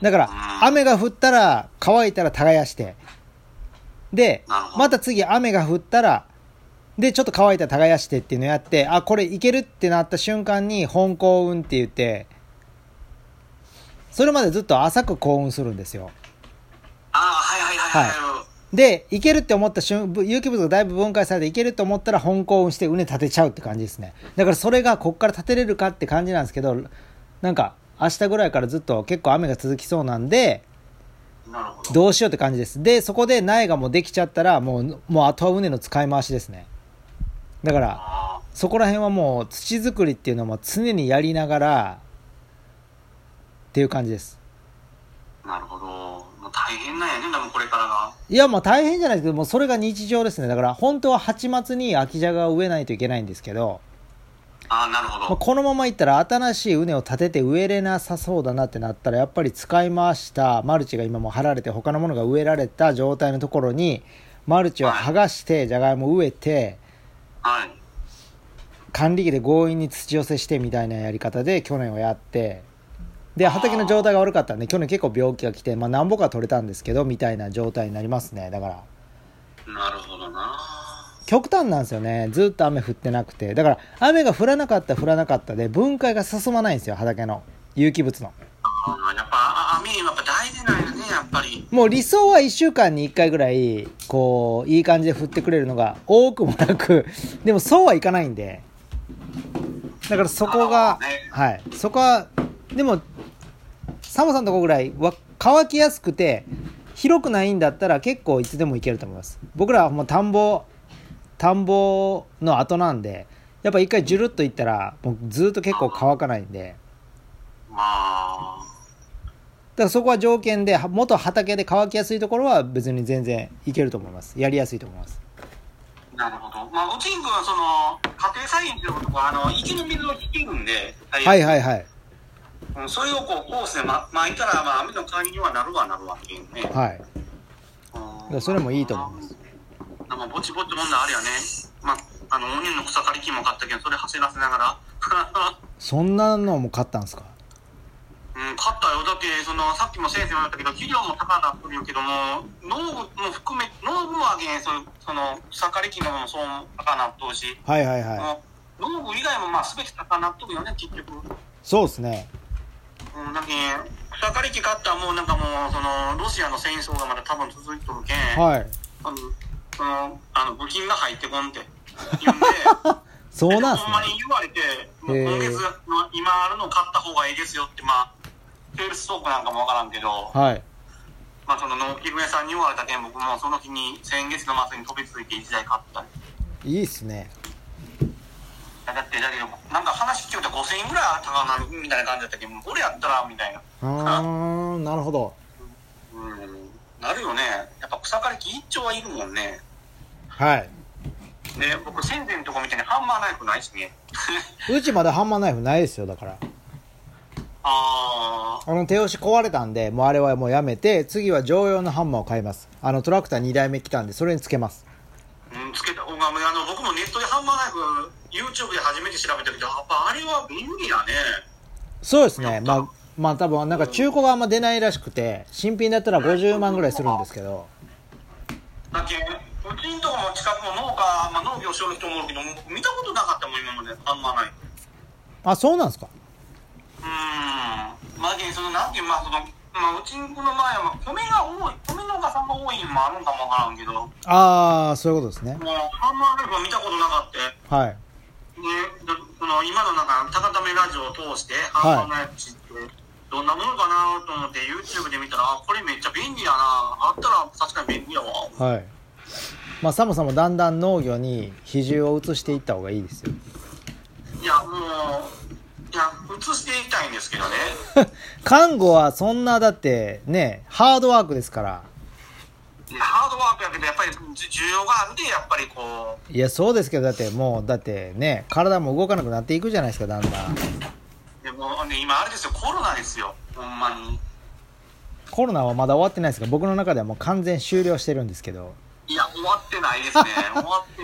[SPEAKER 1] だから
[SPEAKER 2] うん
[SPEAKER 1] 雨が降ったら乾いたら耕してで
[SPEAKER 2] なるほど
[SPEAKER 1] また次雨が降ったらでちょっと乾いたら耕してっていうのやってあこれいけるってなった瞬間に本耕運って言ってそれまでずっと浅く耕運するんですよ
[SPEAKER 2] ああ、はいはいはいはい。
[SPEAKER 1] でいけるって思った瞬有機物がだいぶ分解されていけると思ったら本耕運して畝立てちゃうって感じですねだからそれがこっから立てれるかって感じなんですけどなんか明日ぐらいからずっと結構雨が続きそうなんで
[SPEAKER 2] なるほど。
[SPEAKER 1] どうしようって感じですでそこで苗がもうできちゃったらもうもうあとは畝の使い回しですねだから
[SPEAKER 2] あ
[SPEAKER 1] そこら辺はもう土作りっていうのも常にやりながらっていう感じです
[SPEAKER 2] あ、なるほど。もう大変なんやね、でもこれからが。
[SPEAKER 1] いや、まあ大変じゃないですけど、もうそれが日常ですね。だから、本当は8月に秋じゃがを植えないといけないんですけど、
[SPEAKER 2] ああ、なるほ
[SPEAKER 1] まあ
[SPEAKER 2] ど。
[SPEAKER 1] このままいったら新しい畝を立てて植えれなさそうだなってなったら、やっぱり使い回したマルチが今もう張られて、他のものが植えられた状態のところに、マルチを剥がして、じゃがいも植えて、
[SPEAKER 2] はい。
[SPEAKER 1] 管理機で強引に土寄せしてみたいなやり方で去年はやって、で、畑の状態が悪かったんで、去年結構病気が来て、まあ何ぼか取れたんですけど、みたいな状態になりますね。だから。
[SPEAKER 2] なるほどな。
[SPEAKER 1] 極端なんですよねずっと雨降ってなくてだから雨が降らなかったら降らなかったで分解が進まないんですよ畑の有機物の
[SPEAKER 2] ああ、やっぱ、ああ、みーやっぱ大事なんやね、やっぱり。
[SPEAKER 1] もう理想は1週間に1回ぐらいこういい感じで降ってくれるのが多くもなく でもそうはいかないんでだからそこが、
[SPEAKER 2] なるほ
[SPEAKER 1] はいそこはでもサモさんのとこぐらいは乾きやすくて広くないんだったら結構いつでもいけると思います僕らはもう田んぼ田んぼの後なんでやっぱ一回ジュルっといったらもうずっと結構乾かないんで
[SPEAKER 2] まあ、
[SPEAKER 1] だからそこは条件では元畑で乾きやすいところは別に全然いけると思いますやりやすいと思います
[SPEAKER 2] なるほど。まあ、うちんくんはその、家庭菜園っていうことが、あの、池の水を引きるんで、はい
[SPEAKER 1] はいはいはい
[SPEAKER 2] うん、それをこう、コースでま巻いたら、まあ、雨の代わりにはなるわなるわっていうね。
[SPEAKER 1] はい
[SPEAKER 2] い
[SPEAKER 1] やそれもいいと思います。
[SPEAKER 2] なんかぼちぼち問題あれやね。まあ、あの、オニオンの草刈り機も買ったけど、それ走らせながら。
[SPEAKER 1] そんなのも買ったんですか
[SPEAKER 2] うん、買ったよ。だって、その、さっきも先生も言ったけど、肥料も高くなってるけども、農具も含め、農具はね、そうその、草刈り機のもそう高くなっとうし、
[SPEAKER 1] はいはいはい
[SPEAKER 2] その農具以外もまあ、すべて高くなっとるよね、結局。
[SPEAKER 1] そうですね
[SPEAKER 2] うん、なんかね、草刈り機買ったらもうなんかもう、その、ロシアの戦争がまだ多分続いとるけん。
[SPEAKER 1] はい
[SPEAKER 2] うんその、あの、募金が入ってこん って言うんで、
[SPEAKER 1] そうなんす
[SPEAKER 2] ほん
[SPEAKER 1] ね
[SPEAKER 2] まに言われて、もう今月の今あるの買った方がいいですよって、まあ、セールストークなんかもわからんけど、
[SPEAKER 1] はい
[SPEAKER 2] まあその農機具屋さんに言われたけん、僕もその日に先月の末に飛びついて一台買ったり。
[SPEAKER 1] いいっすね
[SPEAKER 2] だって、だけど、なんか話聞くと5000円ぐらい高くなるみたいな感じだったけど、これやったら、みたいな。
[SPEAKER 1] ああなるほど
[SPEAKER 2] うん、なるよね。やっぱ草刈り機一丁はいるもんね。
[SPEAKER 1] はい
[SPEAKER 2] で、僕、先生のとこみたいにハンマーナイフないし ね。
[SPEAKER 1] うちまだハンマーナイフないですよだから
[SPEAKER 2] あー。
[SPEAKER 1] あの手押し壊れたんでもうあれはもうやめて次は常用のハンマーを買いますあのトラクター2台目来たんでそれにつけます
[SPEAKER 2] うん、つけた方が、あの、僕もネットでハンマーナイフ、YouTube で初めて調べたけど、やっぱあれは便利だね。
[SPEAKER 1] そうですねまあまあ多分なんか中古があんま出ないらしくて新品だったら50万ぐらいするんですけど
[SPEAKER 2] だけうちんとこも近くも農家、まあ、農業しよる人もおるけど、見たことなかったもん、今まで、ハンマーナイフ。
[SPEAKER 1] あそうなんですか
[SPEAKER 2] うーん。まあ、だけその、なんていう、まあ、その、まあ、うちんこの前は、まあ米が多い、米農家さんが多いのもあるんかもわからんけど、もう、
[SPEAKER 1] ああそういうことですね
[SPEAKER 2] ハンマーナイフは見たことなかった。
[SPEAKER 1] はい
[SPEAKER 2] ね、だその今のなんか高ためラジオを通して、ハンマーナイフ知って、どんなものかなと思って YouTube で見たら、あこれめっちゃ便利やな。あったら確かに便利やわ。
[SPEAKER 1] はいまあ寒さもだんだん農業に比重を移していった方がいいですよ
[SPEAKER 2] いや、もう、いや、映していきたいんですけどね。
[SPEAKER 1] 看護はそんなだってねハードワークですから
[SPEAKER 2] いやハードワークやけど、やっぱりじ需要があるで、やっぱりこう、
[SPEAKER 1] いやそうですけどだってもうだってね体も動かなくなっていくじゃないですかだんだん
[SPEAKER 2] でもね、今あれですよ、コロナですよ。ほんまに。
[SPEAKER 1] コロナはまだ終わってないですが僕の中ではもう完全終了してるんですけど
[SPEAKER 2] いや、終わってないですね。終わって、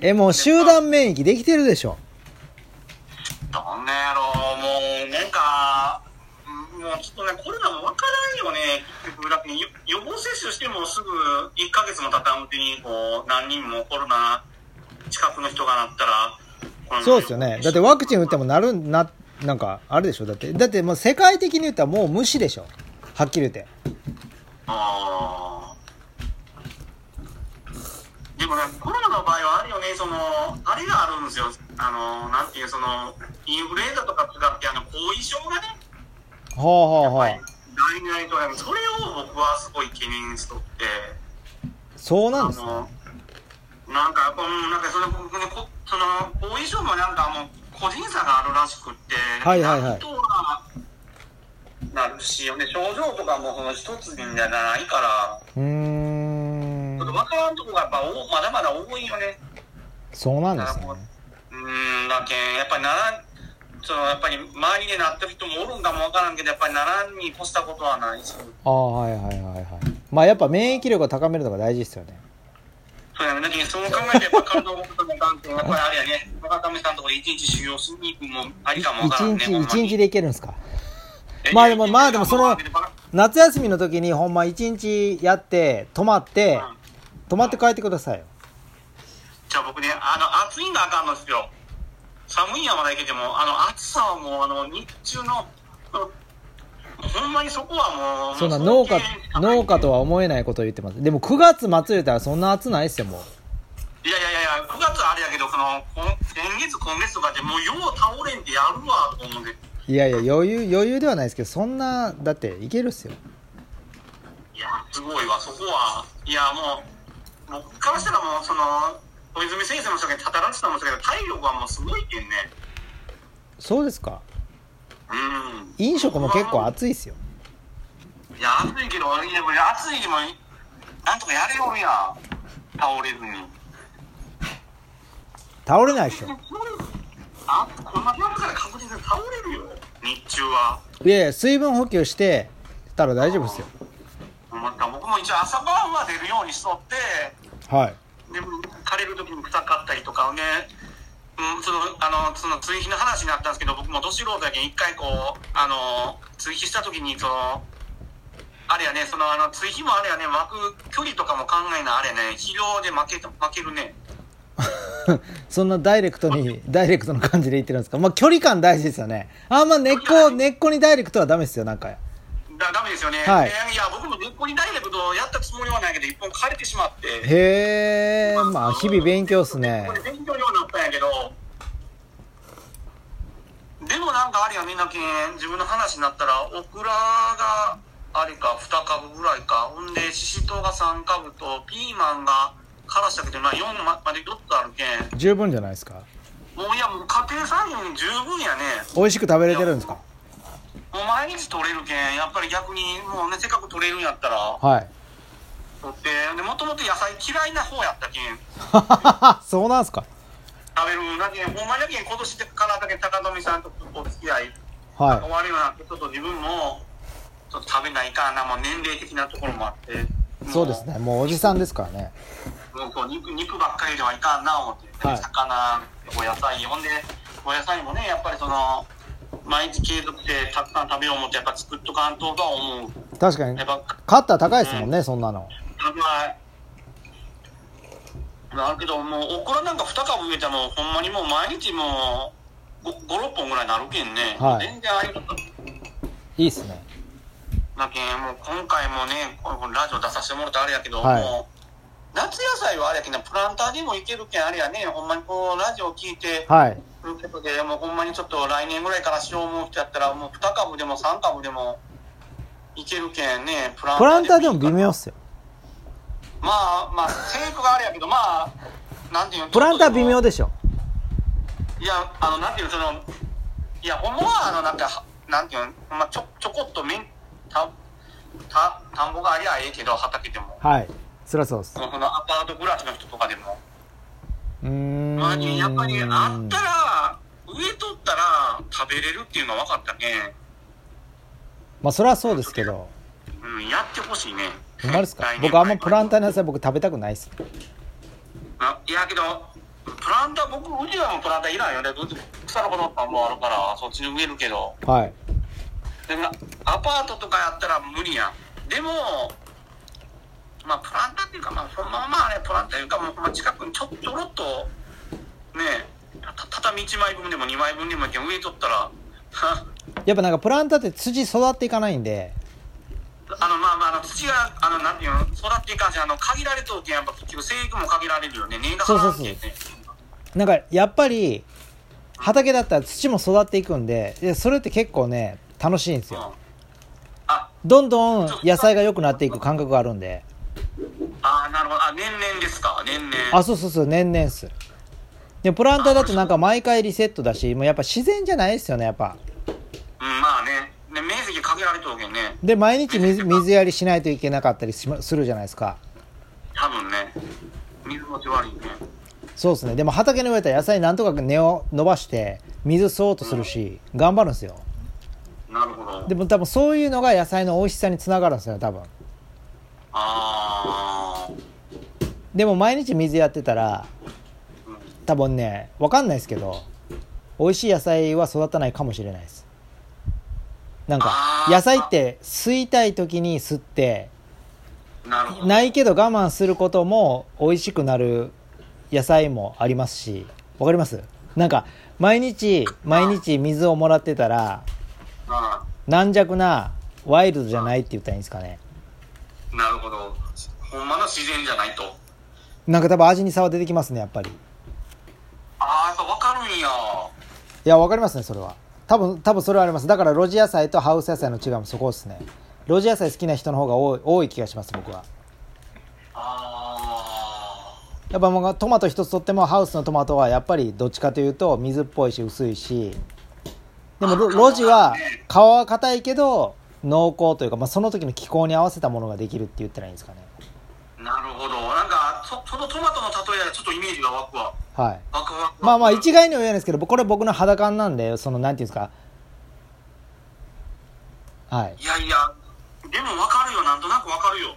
[SPEAKER 1] えもう集団免疫できてるでしょ
[SPEAKER 2] どんなやろう、もう、なんか、うんもうちょっとね、コロナもわからんよね、結局、だって予予防接種してもすぐ1ヶ月も経たんうちに、こう、何人もコロナ近くの人がなったら、この
[SPEAKER 1] そうですよねだってワクチン打ってもなるななんかあるでしょだってだってもう世界的に言ったらもう無視でしょはっきり言って
[SPEAKER 2] あーでもね、コロナの場合はあるよね、その、あれがあるんですよ、あの、なんていう、その、インフルエンザとか使って、あの、後遺症がね、
[SPEAKER 1] ほうほうほう、
[SPEAKER 2] はい、来年とかそれを僕はすごい懸念しとって、
[SPEAKER 1] そうな
[SPEAKER 2] あ
[SPEAKER 1] んですね
[SPEAKER 2] の、なんか、うん、なんかその、僕ねこその、後遺症もなんかもう、個人差があるらしくって、
[SPEAKER 1] はいはいはい
[SPEAKER 2] 人はなるしよね、症状とかもその一つじゃないから、
[SPEAKER 1] うー
[SPEAKER 2] ちょっと
[SPEAKER 1] ん
[SPEAKER 2] 分からんとこがやっぱ多まだまだ多いよね。
[SPEAKER 1] そうなんですね
[SPEAKER 2] うん、だけん、やっぱりならん、そのやっぱり周りでなってる人もおるんかもわからんけど、やっぱりならんに越したことはないし、
[SPEAKER 1] ああはいはいはいはいまあやっぱ免疫力を高めるのが大事ですよね
[SPEAKER 2] そうやね、だけどそう考えてやっぱ体を動かさないかんって、やっぱりあれやね、村上さんとこで一日修行しに行くもありかもわ
[SPEAKER 1] 一
[SPEAKER 2] からんね。
[SPEAKER 1] 日
[SPEAKER 2] ほん
[SPEAKER 1] 一
[SPEAKER 2] に
[SPEAKER 1] 日でいけるんですかまあでもまあでもその夏休みの時にほんま一日やって泊まって泊まって帰ってくださいよ
[SPEAKER 2] じゃあ僕ね、あの、暑いんがあかんのですよ。寒いんやまだいけても、あの、暑さはもう、あの、日中の、ほんまにそこはもう、
[SPEAKER 1] そんな
[SPEAKER 2] も
[SPEAKER 1] 農
[SPEAKER 2] う尊
[SPEAKER 1] 家
[SPEAKER 2] 敬しかない
[SPEAKER 1] 農家とは思えないことを言ってますでも9月末言うたらそんな暑ないっすよもう
[SPEAKER 2] いやいやいやいや、9月はあれやけど、この、こん先月、今月とかでもう、よう倒れんでやるわ、と思うんで。
[SPEAKER 1] いやいや余裕余裕ではないですけどそんなだっていけるっすよ
[SPEAKER 2] いや、すごいわ、そこは。いや、もう、僕からしたらもう、その、小泉先生もそうやけど、働いてたのもそうやけど、体力はもうすごいけんね。
[SPEAKER 1] そうですか
[SPEAKER 2] うん。
[SPEAKER 1] 飲食も結構暑いっすよ
[SPEAKER 2] いや、暑いけど、いや、これ暑いでも、なんとかやれよるやん。倒れずに。
[SPEAKER 1] 倒れないでしょ
[SPEAKER 2] あ、こんな中から確実に倒れるよ。日中は。
[SPEAKER 1] いやいや水分補給してたら大丈夫ですよ
[SPEAKER 2] なんか僕も一応朝晩は出るようにしとって、
[SPEAKER 1] はい
[SPEAKER 2] でも枯れる時に臭かったりとかね、うん、そのあのその追肥の話になったんですけど僕もど素人だけん一回こうあの追肥した時にそのあれやねそのあの追肥もあれやね巻く距離とかも考えなあれね肥料で負けた負けるね
[SPEAKER 1] そんなダイレクトにダイレクトな感じで言ってるんですかまあ距離感大事ですよねあんま根っこ根っこにダイレクトはダメですよなんか
[SPEAKER 2] だダメですよね、
[SPEAKER 1] はい
[SPEAKER 2] ねいや僕も根っこにダイレクトやったつもりはないけど一本枯れてしまって
[SPEAKER 1] へえまあ日々勉強っすね
[SPEAKER 2] これ勉強にはなったんやけどでもなんかあれやねなけん自分の話になったらオクラがあれか2株ぐらいかほんでシシトウが3株とピーマンがからしたけどな4ままで4つあるけん
[SPEAKER 1] 十分じゃないですか
[SPEAKER 2] もういやもう家庭菜園十分やね
[SPEAKER 1] 美味しく食べれてるんですか
[SPEAKER 2] もう毎日取れるけんやっぱり逆にもうねせっかく取れるんやったら
[SPEAKER 1] はい
[SPEAKER 2] 取ってでもともと野菜嫌いな方やったけん
[SPEAKER 1] そうなんですか
[SPEAKER 2] 食べるだけんほんまだけん今年からだけん高富さんとお付き合い
[SPEAKER 1] はい
[SPEAKER 2] 終わるようになってちょっと自分もちょっと食べないかなもう年齢的なところもあっても
[SPEAKER 1] そうですねもうおじさんですからね
[SPEAKER 2] もうこう肉肉ばっかりではいかんな思って、
[SPEAKER 1] はい
[SPEAKER 2] 魚お野菜ほんでお野菜もねやっぱりその毎日継続してたくさん食べよう思ってやっぱ作っとかんととは思う
[SPEAKER 1] 確かに
[SPEAKER 2] やっぱ
[SPEAKER 1] カッター高いですもんねそんなの
[SPEAKER 2] 食べないあるけどもうオクラなんか2株植えたらもうほんまにもう毎日もう56本ぐらいなるけんね、
[SPEAKER 1] はい
[SPEAKER 2] 全然ありが
[SPEAKER 1] いいっすね
[SPEAKER 2] だけんもう今回もねこのラジオ出させてもらったあれやけど、
[SPEAKER 1] はい
[SPEAKER 2] もう夏野菜はあれやけどプランターでもいけるけんあれやねほんまにこうラジオ聞いて
[SPEAKER 1] はい
[SPEAKER 2] ということでもうほんまにちょっと来年ぐらいからしよう思う人やったらもう2株でも3株でもいけるけんねプラ
[SPEAKER 1] プランターでも
[SPEAKER 2] いいか
[SPEAKER 1] 微妙っすよ
[SPEAKER 2] まあまあ生育があれやけどまあなんていうの
[SPEAKER 1] プランター微妙
[SPEAKER 2] で
[SPEAKER 1] でしょ
[SPEAKER 2] いやあのなんていうのそのいやほんまはあのなんかなんていうの、まあ、ちょちょこっとめんたた田んぼがありゃええけど畑でも。
[SPEAKER 1] はい辛そうっす
[SPEAKER 2] そのアパート暮らしの人とかでも、
[SPEAKER 1] うーん
[SPEAKER 2] まあ、やっぱりあったら植えとったら食べれるっていうのは分かったね、
[SPEAKER 1] まあそれはそうですけど
[SPEAKER 2] うん、やってほしいね
[SPEAKER 1] ほんまですか
[SPEAKER 2] 来年
[SPEAKER 1] 僕あんまプランターの野菜僕食べたくないっす
[SPEAKER 2] あいやけどプランター僕うちはもうプランターいらんよねうち草のこと田んぼあるからそっちに植えるけど
[SPEAKER 1] はい
[SPEAKER 2] でもアパートとかやったら無理やんでもまあプランターっていうかまあそのままあれプランターいうかもうほんま近くにちょちょろっとねた畳1枚分でも2枚分でもいいけん植えとったら
[SPEAKER 1] やっぱなんかプランターって土育っていかないんで
[SPEAKER 2] あのまあまああの土があのなんていうの育っていかんしあの限られとうけんやっぱ結局生育も限られるよね年が
[SPEAKER 1] そうそ
[SPEAKER 2] 払
[SPEAKER 1] う
[SPEAKER 2] う
[SPEAKER 1] そう
[SPEAKER 2] けんね
[SPEAKER 1] なんかやっぱり畑だったら土も育っていくんででそれって結構ね楽しいんですよ
[SPEAKER 2] うんあ
[SPEAKER 1] どんどん野菜が良くなっていく感覚があるんで
[SPEAKER 2] あーなるほどあ年々ですか年々
[SPEAKER 1] あそうそうそう年々っすでプランターだとなんか毎回リセットだしもうやっぱ自然じゃないですよねやっぱ
[SPEAKER 2] うんまあねね面積限られとうけんね
[SPEAKER 1] で毎日水水やりしないといけなかったりしまするじゃないですか
[SPEAKER 2] 多分ね水持ち悪いね
[SPEAKER 1] そうですねでも畑に植えた野菜なんとか根を伸ばして水吸おうとするし頑張るんですよ
[SPEAKER 2] なるほど
[SPEAKER 1] でも多分そういうのが野菜の美味しさにつながるんですよね多分
[SPEAKER 2] ああ
[SPEAKER 1] でも毎日水やってたら多分ね分かんないですけど美味しい野菜は育たないかもしれないですなんか
[SPEAKER 2] あー
[SPEAKER 1] 野菜って吸いたい時に吸って
[SPEAKER 2] なるほど
[SPEAKER 1] ないけど我慢することも美味しくなる野菜もありますしわかりますなんか毎日毎日水をもらってたら
[SPEAKER 2] あ
[SPEAKER 1] 軟弱なワイルドじゃないって言ったらいいんですかね
[SPEAKER 2] ーなるほどほんまの自然じゃないと
[SPEAKER 1] なんか多分味に差は出てきますねやっぱり
[SPEAKER 2] ああやっぱ分かるんや
[SPEAKER 1] いやわかりますねそれは多分多分それはありますだから露地野菜とハウス野菜の違いもそこですね露地野菜好きな人の方が多い多い気がします僕は
[SPEAKER 2] あ
[SPEAKER 1] やっぱもうトマト一つとってもハウスのトマトはやっぱりどっちかというと水っぽいし薄いしでもろ路地は皮は硬いけど濃厚というか、まあ、その時の気候に合わせたものができるって言ったらいいんですかね
[SPEAKER 2] あなるほどなんかそそのトマトの例えやちょっとイメージが湧くわ
[SPEAKER 1] はい
[SPEAKER 2] ワクワク
[SPEAKER 1] まあまあ一概には言えないですけどこれ僕の裸感なんでそのなんていうんですかはい
[SPEAKER 2] いやいやでも分かるよなんとなく分かるよ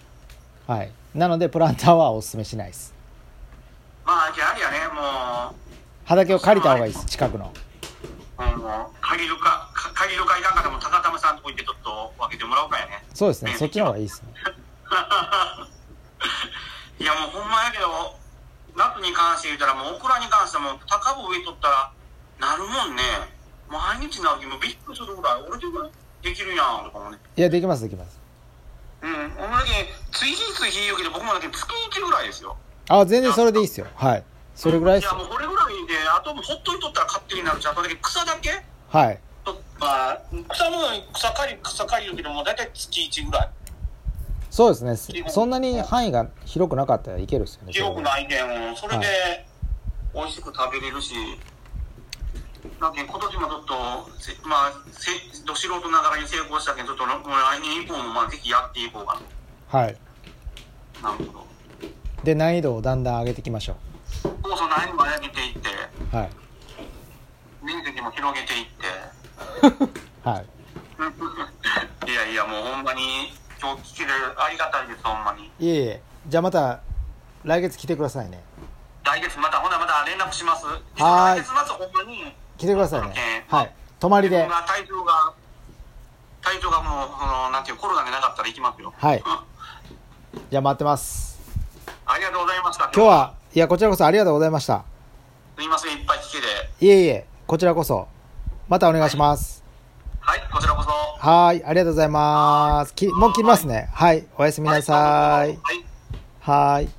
[SPEAKER 1] はいなのでプランターはおすすめしないです
[SPEAKER 2] まあじゃああれやねもう
[SPEAKER 1] 畑を借りた方がいいです近くの
[SPEAKER 2] うんもう借りるかか借りるかいかんかでも高玉さんとこ行ってちょっと分けてもらおうかやね
[SPEAKER 1] そうですねそっちの方がいいですね
[SPEAKER 2] いやもうほんまやけど夏に関して言うたらもうオクラに関してはもう2株植えとったらなるもんね毎日なるきもびっくりするぐらい俺でもできるやんとかもね
[SPEAKER 1] いやできますできます
[SPEAKER 2] うん俺だけ追肥追肥言うけど僕もだけ月1ぐらいですよ
[SPEAKER 1] あ全然それでいいですよはいそれぐらいです
[SPEAKER 2] やもうこれぐらいであともうほっといとったら勝手になるしあとだけ草だけ
[SPEAKER 1] はい
[SPEAKER 2] とまあ草も草刈り草刈り言うけどもう大体月1ぐらい
[SPEAKER 1] そうですねそんなに範囲が広くなかったらいけるですよね
[SPEAKER 2] 広くないけんそれで美味しく食べれるし、だけん今年もちょっとせまあせど素人ながらに成功したけんちょっともう来年以降もまあぜひやっていこうか
[SPEAKER 1] はい
[SPEAKER 2] ななるほど
[SPEAKER 1] で難易度をだんだん上げていきましょ
[SPEAKER 2] そうそう何も上げていって
[SPEAKER 1] うはい
[SPEAKER 2] 面積も広げていって
[SPEAKER 1] はい
[SPEAKER 2] いやいやもうほんまに今日聞けるありがたいですほんまに
[SPEAKER 1] いえいえじゃあまた来月来てくださいね
[SPEAKER 2] 来月またほなまた連絡します
[SPEAKER 1] はーい
[SPEAKER 2] 来月末ほんまに
[SPEAKER 1] 来てくださいね
[SPEAKER 2] OK
[SPEAKER 1] はい泊まり
[SPEAKER 2] 自
[SPEAKER 1] で
[SPEAKER 2] 分が体調が体調がもうそのなんていうコロナでなかったら行きますよ
[SPEAKER 1] はい
[SPEAKER 2] うん
[SPEAKER 1] じゃあ待ってます
[SPEAKER 2] ありがとうございました。
[SPEAKER 1] 今日はいやこちらこそありがとうございました
[SPEAKER 2] すみません、いっぱい聞けて。
[SPEAKER 1] いえいえこちらこそまたお願いします
[SPEAKER 2] はい、こちらこそ。
[SPEAKER 1] はーいありがとうございますきもう切りますねはいおやすみなさ
[SPEAKER 2] はいはい。
[SPEAKER 1] はーい